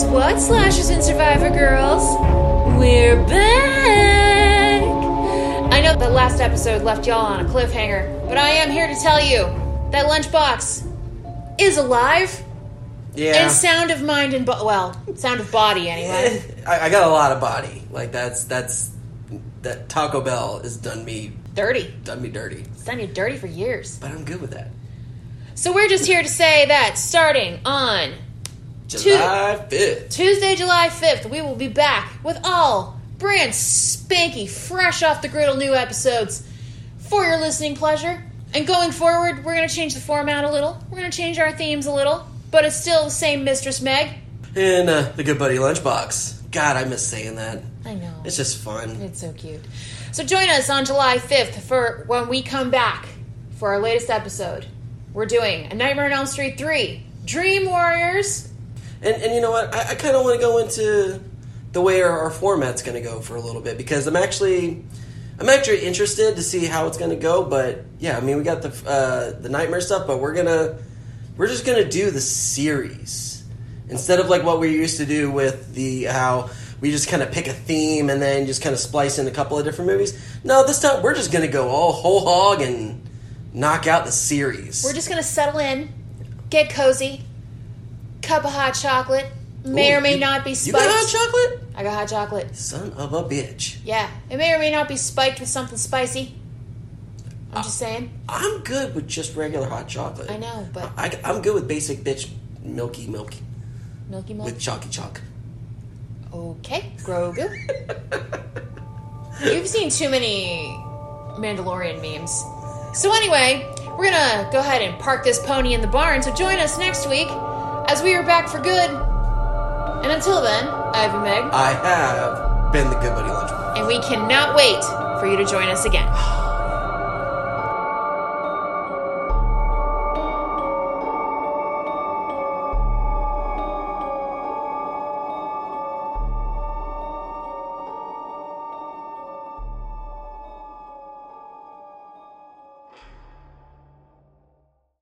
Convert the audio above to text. Slashers and Survivor Girls. We're back. I know that last episode left y'all on a cliffhanger, but I am here to tell you that Lunchbox is alive Yeah. and sound of mind and bo- well, sound of body anyway. Eh, I, I got a lot of body. Like that's that's that Taco Bell has done me dirty. done me dirty. It's done you dirty for years. But I'm good with that. So we're just here to say that starting on July fifth. Tuesday, July 5th, we will be back with all brand spanky, fresh off the griddle new episodes for your listening pleasure. And going forward, we're going to change the format a little. We're going to change our themes a little, but it's still the same Mistress Meg. And uh, the good buddy lunchbox. God, I miss saying that. I know. It's just fun. It's so cute. So join us on July 5th for when we come back for our latest episode. We're doing A Nightmare on Elm Street 3, Dream Warriors. And and you know what? I, I kind of want to go into the way our, our format's going to go for a little bit because I'm actually I'm actually interested to see how it's going to go. But yeah, I mean we got the uh, the nightmare stuff, but we're gonna we're just gonna do the series instead of like what we used to do with the how we just kind of pick a theme and then just kind of splice in a couple of different movies. No, this time we're just gonna go all whole hog and knock out the series. We're just gonna settle in, get cozy, cup of hot chocolate, may Ooh, or may you- not be You spiked. got hot chocolate? I got hot chocolate. Son of a bitch. Yeah, it may or may not be spiked with something spicy. I'm just Ah, saying. I'm good with just regular hot chocolate. I know, but I, am good with basic bitch milky milky Milky Milk. with chalky chalk. Okay, Grogu. You've seen too many Mandalorian memes. So, anyway, we're gonna go ahead and park this pony in the barn, so join us next week as we are back for good. And until then, I've been Meg, I have been the good buddy lunch. and we cannot wait for you to join us again.